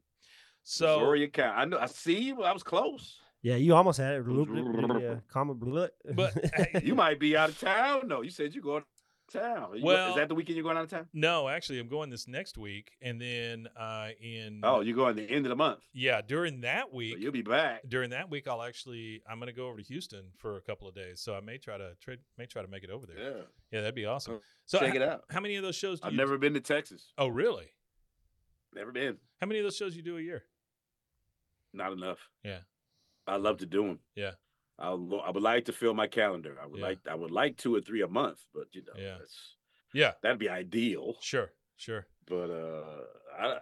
S1: So
S3: Missouri County. I know. I see you. I was close.
S2: Yeah, you almost had it. Bloop, bloop, bloop, yeah, comic bloop.
S1: But hey,
S3: You might be out of town. No, you said you're going out of town. Are you go-
S1: Well-
S3: is that the weekend you're going out of town?
S1: no, actually, I'm going this next week, and then uh, in
S3: Oh, you're going the end of the month.
S1: yeah, during that
S3: So
S1: week,
S3: you'll be back.
S1: during that week, I'll actually I'm going to go over to Houston for a couple of days, so I may try to trade, may try to make it over there. Yeah, that'd be awesome.
S3: Oh,
S1: So
S3: check
S1: h-
S3: it out.
S1: How many of those shows? Do
S3: I've
S1: you
S3: never been to Texas.
S1: Oh, really?
S3: Never been.
S1: How many of those shows you do a year?
S3: Not enough.
S1: Yeah.
S3: I love to do them.
S1: Yeah.
S3: I lo- I would like to fill my calendar. I would
S1: Yeah.
S3: like I would like two or three a month, but you know,
S1: Yeah.
S3: that's,
S1: Yeah,
S3: that'd be ideal.
S1: sure, sure.
S3: But uh, I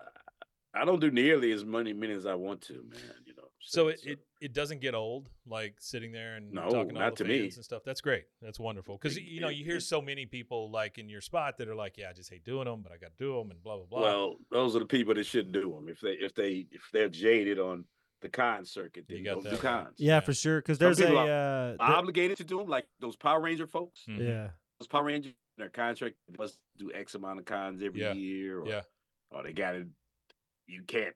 S3: I don't do nearly as many many as I want to, man. You know.
S1: So it, it, it doesn't get old, like sitting there and
S3: No,
S1: talking to all
S3: not
S1: the
S3: to me.
S1: fans and stuff. That's great. That's wonderful because
S3: It-
S1: you know
S3: it-
S1: you hear
S3: it-
S1: so many people like in your spot that are like, yeah, I just hate doing them, but I got to do them, and blah blah blah.
S3: Well, those are the people that shouldn't do them. If they if they if they're jaded on the con circuit,
S1: You
S3: then
S1: got
S3: don't do
S1: that right.
S3: cons.
S2: yeah,
S1: yeah.
S2: for sure. Because
S3: Some
S2: there's a
S3: people
S2: uh, th-
S3: Obligated to do them, like those Power Ranger folks.
S1: Mhm.
S2: yeah.
S3: Those Power Ranger their contract must do X amount of cons every
S1: Yeah,
S3: year. Or,
S1: yeah.
S3: Or they got to You can't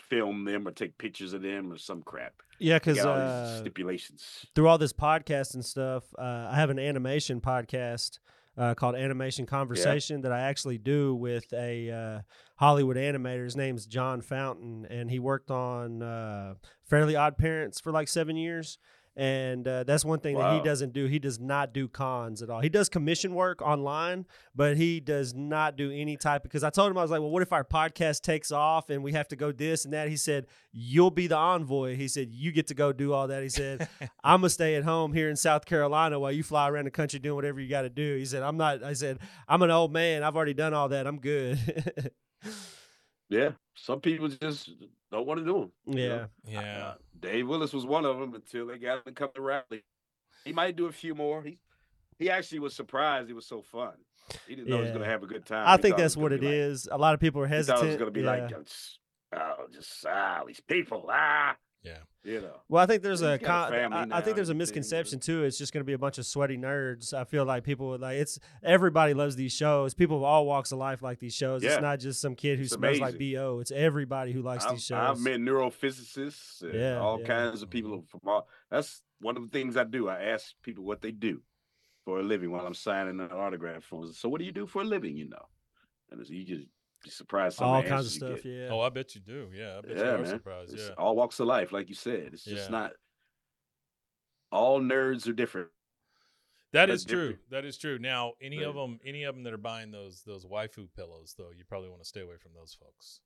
S3: film them or take pictures of them or some crap.
S2: Yeah,
S3: They
S2: because
S3: got all these
S2: uh,
S3: stipulations.
S2: through all this podcast and stuff, uh, I have an animation podcast uh, called Animation Conversation that I actually do with a uh, Hollywood animator. His name's John Fountain, and he worked on uh, Fairly Odd Parents for like seven years. And uh, that's one thing that he
S3: Wow.
S2: doesn't do. He does not do cons at all. He does commission work online, but he does not do any type. Because I told him I was like, "Well, what if our podcast takes off and we have to go this and that?" He said, "You'll be the envoy." He said, "You get to go do all that." He said, I'm gonna stay at home here in South Carolina while you fly around the country doing whatever you got to do. He said, I'm not. I said, I'm an old man. I've already done all that. I'm good.
S3: Yeah, some people just don't want to do them.
S2: yeah.
S3: uh,
S1: yeah,
S3: Dave Willis was one of them until they got him to come to Raleigh. He might do a few more. He he actually was surprised. It was so fun. He didn't know he was going to
S2: Yeah.
S3: have a good time.
S2: I
S3: He
S2: think
S3: thought it
S2: that's
S3: was
S2: what
S3: gonna
S2: it
S3: be like-
S2: is. A lot of people are
S3: He thought
S2: hesitant.
S3: it was going to be
S2: Yeah.
S3: like, "Oh, just, oh, just ah, these people, ah,
S1: yeah.
S3: you know.
S2: Well, I think there's
S3: He's
S2: a
S3: got
S2: con-
S3: a family
S2: I, I
S3: now
S2: think there's a
S3: and everything, but-
S2: misconception too. It's just going to be a bunch of sweaty nerds. I feel like people would like it's everybody loves these shows. People of all walks of life like these shows.
S3: Yeah.
S2: It's not just some kid who
S3: It's
S2: smells like
S3: amazing.
S2: bo. It's everybody who likes these
S3: I've,
S2: shows.
S3: I've met neurophysicists and
S2: Yeah,
S3: all
S2: yeah.
S3: kinds of people
S1: Mm-hmm.
S3: from all. That's one of the things I do. I ask people what they do for a living while I'm signing an autograph form. So, what do you do for a living? You know, and it's, you just be surprised. some
S2: all
S3: the
S2: kinds of
S3: answers you
S2: stuff.
S3: get.
S2: Yeah.
S1: Oh, I bet you do. Yeah, I bet
S3: Yeah,
S1: you are
S3: man.
S1: surprised.
S3: It's
S1: Yeah,
S3: all walks of life, like you said. It's just
S1: Yeah.
S3: not. All nerds are different.
S1: that
S3: but
S1: is true.
S3: different.
S1: That is true. Now, any of
S3: Yeah.
S1: them, any of them that are buying those those waifu pillows, though, you probably want to stay away from those folks.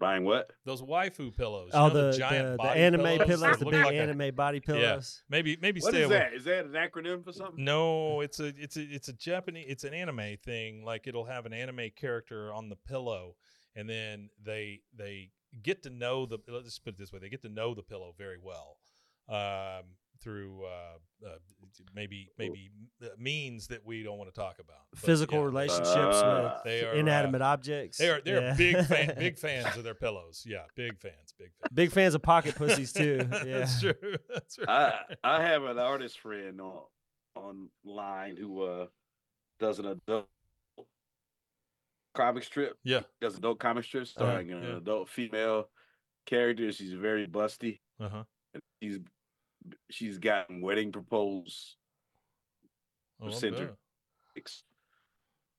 S3: Buying what?
S1: Those waifu pillows. you
S2: Oh,
S1: know,
S2: the,
S1: the, giant
S2: the, the
S1: body
S2: anime
S1: pillows,
S2: pillows,
S1: that
S2: the
S1: look
S2: big
S1: like a-
S2: anime body pillows.
S1: Maybe maybe
S3: What
S1: stay
S3: is
S1: away.
S3: that? Is that an acronym for something?
S1: No, it's a it's a it's a Japanese it's an anime thing. Like it'll have an anime character on the pillow, and then they they get to know the let's just put it this way, they get to know the pillow very well. um, through uh, uh, maybe maybe uh, means that we don't want to talk about. But,
S2: Physical
S1: yeah,
S2: relationships
S3: Uh,
S2: with
S1: They are uh,
S2: inanimate objects.
S1: They are they're
S2: Yeah.
S1: big fan, big fans of their pillows. Yeah, big fans, big fans.
S2: Big fans of pocket pussies too. Yeah.
S1: That's true. That's right.
S3: I I have an artist friend on online who uh does an adult comic strip.
S1: Yeah.
S3: does adult comic strips starring an
S1: yeah.
S3: adult female character. She's very busty.
S1: Uh-huh.
S3: and She's she's gotten wedding proposed
S1: Oh,
S3: Center.
S1: duh.
S3: ex-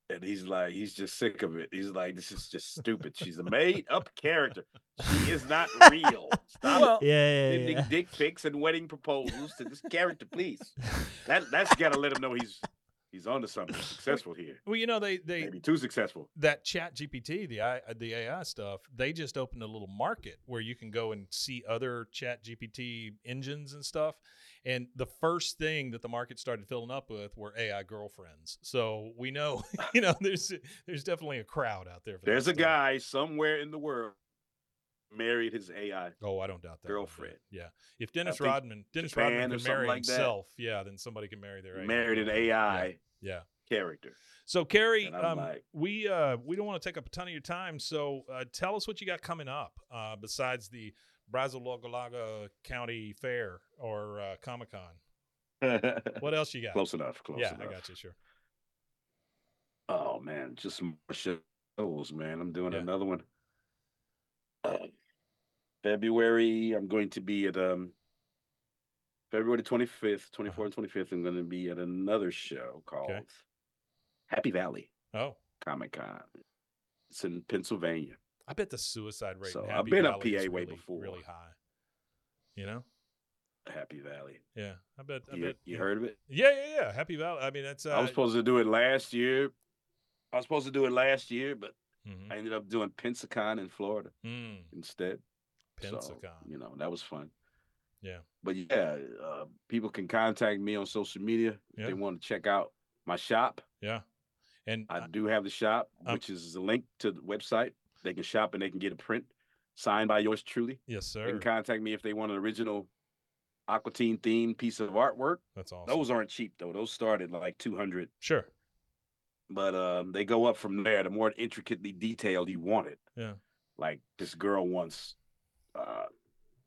S3: and he's like, he's just sick of it. He's like, this is just stupid. She's a made up character. She is not real. Stop
S2: Yeah, yeah,
S3: sending
S2: yeah.
S3: dick pics and wedding proposals to this character, please. That that's gotta let him know he's he's onto something successful here.
S1: Well, you know they they
S3: Maybe too successful.
S1: that chat gpt the AI, the ai stuff they just opened a little market where you can go and see other chat gpt engines and stuff and the first thing that the market started filling up with were ai girlfriends so we know you know there's there's definitely a crowd out there for that
S3: There's a
S1: stuff.
S3: guy somewhere in the world married his AI.
S1: oh i don't doubt that one bit.
S3: Girlfriend.
S1: yeah if dennis
S3: think
S1: rodman dennis
S3: Japan
S1: rodman
S3: or
S1: can
S3: something
S1: marry
S3: like that.
S1: himself yeah then somebody can marry their AI
S3: Married an
S1: girlfriend.
S3: AI
S1: yeah. yeah.
S3: character.
S1: So Carrie,
S3: And
S1: um,
S3: I'm like-
S1: we uh, we don't want to take up a ton of your time. So uh, tell us what you got coming up uh, besides the Brazilogalaga County Fair or uh, Comic Con. What else you got?
S3: Close enough. Close
S1: yeah,
S3: enough.
S1: I got you. Sure.
S3: Oh man, just some more shows, man. I'm doing
S1: Yeah.
S3: another one. Uh, February, I'm going to be at um February 25th, 24th,
S1: Uh-huh.
S3: and 25th. I'm going to be at another show called Happy Valley
S1: Oh,
S3: Comic Con. It's in Pennsylvania.
S1: I bet the suicide rate.
S3: So,
S1: in
S3: I've
S1: Happy
S3: been up
S1: Valley is
S3: PA way
S1: really,
S3: before.
S1: Really high. You know?
S3: Happy Valley.
S1: Yeah, I bet. I
S3: You,
S1: bet.
S3: you heard of it?
S1: Yeah, yeah, yeah. Happy Valley. I mean, that's. Uh,
S3: I was supposed to do it last year. I was supposed to do it last year, but
S1: mhm.
S3: I ended up doing Pensacon in Florida
S1: Mm,
S3: instead. So,
S1: Pensacon.
S3: you know, that was fun.
S1: Yeah.
S3: But yeah, uh, people can contact me on social media if
S1: Yeah.
S3: they want to check out my shop.
S1: yeah, and
S3: I do have the shop,
S1: Um,
S3: which is a link to the website. They can shop and they can get a print signed by yours truly.
S1: yes,
S3: They
S1: sir.
S3: can contact me if they want an original Aquatine themed piece of artwork.
S1: That's awesome.
S3: Those aren't cheap though. Those started like 200,
S1: sure.
S3: but um, they go up from there. The more intricately detailed you want it.
S1: Yeah.
S3: Like this girl wants uh,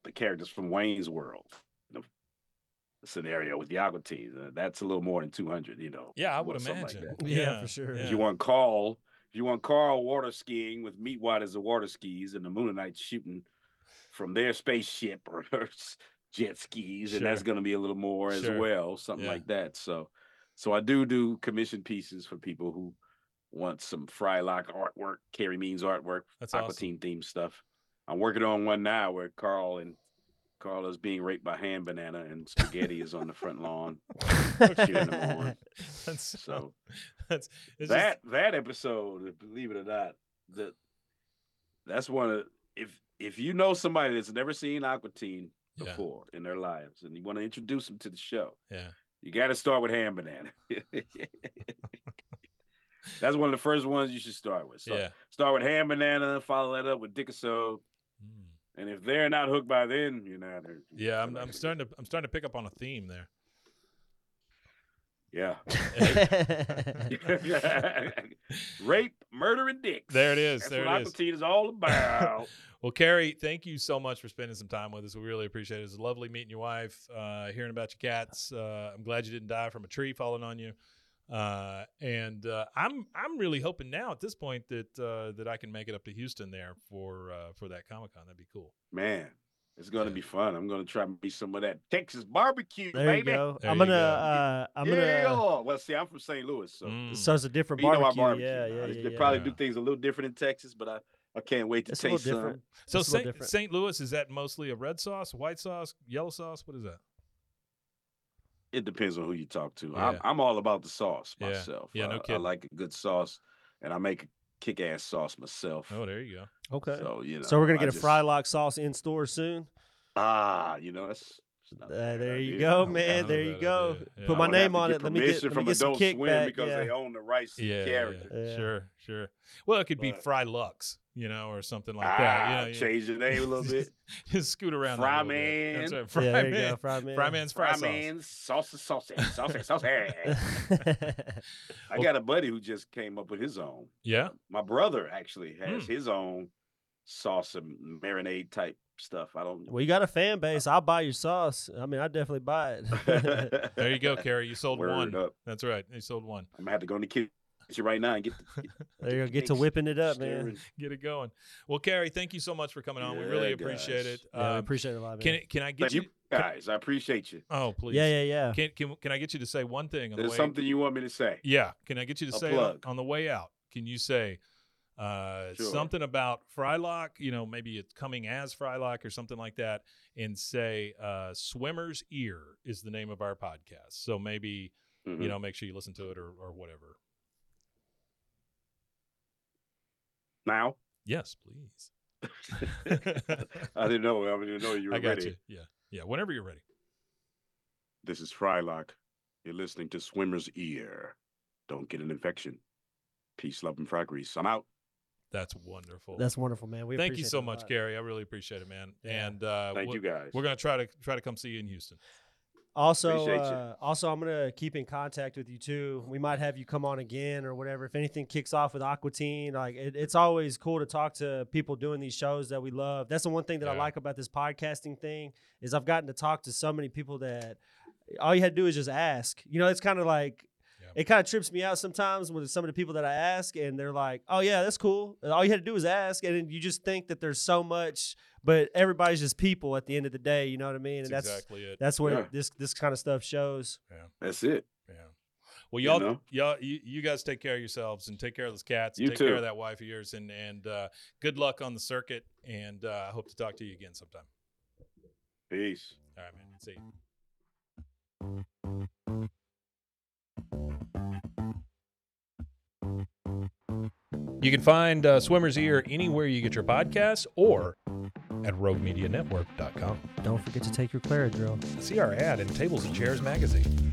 S3: the characters from Wayne's World. The scenario with the Aquatine. Uh, that's a little more than 200, you know.
S1: Yeah, I
S3: you
S1: would
S3: want something like
S1: imagine.
S3: that.
S2: Yeah, for sure.
S3: If
S1: yeah.
S3: you want Carl, if you want Carl water skiing with Meatwad as the water skis and the Moonanites shooting from their spaceship or their s- jet skis, and that's
S1: Sure.
S3: going to be a little more as
S1: Sure.
S3: well, something
S1: Yeah.
S3: like that. So, so I do do commission pieces for people who want some Frylock artwork, Carrie Means artwork,
S1: That's
S3: Aqua
S1: awesome.
S3: Teen themed stuff. I'm working on one now where Carl and Carl is being raped by hand banana and spaghetti is on the front lawn. cheering them on.
S1: That's
S3: So
S1: that's it's just-
S3: that that episode, believe it or not, that that's one of if if you know somebody that's never seen Aqua Teen
S1: Yeah.
S3: before in their lives and you want to introduce them to the show,
S1: yeah.
S3: you got to start with hand banana. that's one of the first ones you should start with. So
S1: yeah.
S3: start with hand banana, follow that up with Dickaso.
S1: Mm.
S3: And if they're not hooked by then, you know. they're-
S1: Yeah, I'm,
S3: they're
S1: I'm
S3: not-
S1: starting to I'm starting to pick up on a theme there.
S3: Yeah. Rape, murder, and dicks.
S1: There it is,
S3: That's
S1: there
S3: what
S1: it is.
S3: Aquatine is all about.
S1: well, Carrie, thank you so much for spending some time with us. We really appreciate it. It's lovely meeting your wife, uh, hearing about your cats. Uh, I'm glad you didn't die from a tree falling on you. Uh, and uh, I'm I'm really hoping now at this point that uh, that I can make it up to Houston there for uh, for that Comic Con. That'd be cool.
S3: Man, it's gonna
S1: Yeah.
S3: be fun. I'm gonna try to be some of that Texas barbecue,
S2: there you
S3: baby.
S2: go.
S1: There
S2: I'm
S1: you
S2: gonna.
S1: go.
S2: Uh, I'm gonna.
S3: Yeah. Well, see, I'm from St. Louis, so
S1: Mm.
S2: So it's a different
S3: you know our
S2: barbecue.
S3: barbecue.
S2: yeah, yeah,
S3: man. They-
S2: yeah.
S3: they
S2: yeah.
S3: probably uh,
S1: yeah.
S3: do things a little different in Texas, but I, I can't wait to
S2: It's a little
S3: taste
S2: different.
S1: So
S3: some.
S2: It's a little
S1: Saint,
S2: different.
S1: Saint Louis is that mostly a red sauce, white sauce, yellow sauce? What is that?
S3: It depends on who you talk to. I'm,
S1: Yeah.
S3: I'm all about the sauce
S1: Yeah.
S3: myself.
S1: Yeah, no
S3: I- I
S1: kidding.
S3: like a good sauce, and I make a kick-ass sauce myself.
S1: Oh, there you go.
S2: Okay. So,
S3: So you know.
S2: we're gonna
S3: I
S2: get a
S3: just-
S2: fry lock sauce in store soon.
S3: Ah, you know that's. that's not
S2: Uh,
S3: a bad
S2: there you
S3: idea.
S2: go,
S3: I would have
S2: man.
S3: to-
S1: a
S2: There you
S1: bad
S2: go.
S1: idea. Yeah.
S2: Put my
S3: I would have
S2: name
S3: to
S2: on
S3: get
S2: it. Let me get, let
S3: permission
S2: me
S3: from
S2: get some
S3: Adult Swim
S2: kickback.
S3: because
S2: yeah.
S3: they own the rights to the
S1: Yeah,
S3: character.
S1: yeah.
S2: Yeah.
S1: Sure, sure. Well, it could be
S3: But-
S1: Fry Lux. you know, or something like that.
S3: Ah,
S1: Yeah, yeah.
S3: change the name a little bit.
S1: Just scoot around. that a little bit. That's right.
S3: Fryman.
S1: Fry
S2: yeah, there you
S1: man.
S2: go. Fry man.
S1: Fry man's fry
S3: Fry
S1: sauce.
S3: man, saucy, saucy, saucy, saucy. I
S1: Well-
S3: got a buddy who just came up with his own.
S1: Yeah.
S3: My brother actually has
S1: Mm.
S3: his own sauce and marinade type stuff. I don't.
S2: well, you got a fan base. I'll buy your sauce. I mean, I definitely buy it.
S1: There you go, Carrie. You sold
S3: Word
S1: one.
S3: up.
S1: That's right. You sold one.
S3: I'm gonna have to go in the kitchen right now and get. The,
S2: there you go. Get to
S3: Thanks.
S2: whipping it up, man.
S3: stirring.
S1: Get it going. Well, Carrie, thank you so much for coming on. we
S3: Yeah,
S1: really appreciate
S3: guys.
S1: it.
S2: Yeah, I
S1: Um,
S2: Uh, appreciate it a lot, man.
S1: Can it- can I get
S3: Thank you
S1: you?
S3: guys. I appreciate you.
S1: Oh, please.
S2: yeah, yeah, yeah.
S1: Can can can I get you to say one thing on the
S3: There's
S1: way?
S3: something you want me to say.
S1: Yeah. Can I get you to
S3: A
S1: say on-
S3: plug.
S1: on the way out? Can you say uh,
S3: Sure.
S1: something about Frylock? You know, maybe it's coming as Frylock or something like that, and say uh, "Swimmer's Ear" is the name of our podcast. So maybe
S3: Mhm.
S1: you know, make sure you listen to it or or whatever.
S3: now
S1: Yes, please.
S3: I didn't know. I didn't know you were
S1: I got
S3: ready.
S1: you. Yeah, yeah. Whenever you're ready.
S3: This is Frylock. You're listening to Swimmer's Ear. Don't get an infection. Peace, love, and fry grease. I'm out.
S1: That's wonderful.
S2: That's wonderful, man. We
S1: Thank you
S2: appreciate
S1: so
S2: it a
S1: much,
S2: lot.
S1: Gary. I really appreciate it, man.
S2: Yeah.
S1: And uh,
S3: Thank
S1: we'll-
S3: you guys.
S1: We're gonna try to try to come see you in Houston.
S2: Also,
S3: Appreciate you.
S2: uh, also, I'm gonna keep in contact with you too. We might have you come on again or whatever. If anything kicks off with Aquatine, like it, it's always cool to talk to people doing these shows that we love. That's the one thing that I
S1: Yeah.
S2: like about this podcasting thing is I've gotten to talk to so many people that all you had to do is just ask. You know, it's kind of like.
S1: Yeah.
S2: It kind of trips me out sometimes with some of the people that I ask, and they're like, "Oh yeah, that's cool." And all you had to do is ask, and then you just think that there's so much, but everybody's just people at the end of the day. You know what I mean? And
S1: That's,
S2: that's
S1: exactly it.
S2: that's what
S3: Yeah.
S2: this this kind of stuff shows.
S3: That's it.
S1: Yeah. Well,
S3: You
S1: y'all,
S3: know?
S1: y'all, you, you guys take care of yourselves and take care of those cats. and
S3: You
S1: take care
S3: too.
S1: of that wife of yours, and and uh, good luck on the circuit. And uh, I hope to talk to you again sometime.
S3: Peace.
S1: All right, man. See. You. You can find uh, Swimmer's Ear anywhere you get your podcasts or at roguemedianetwork.com.
S2: Don't forget to take your Claradrill.
S1: See our ad in Tables and Chairs magazine.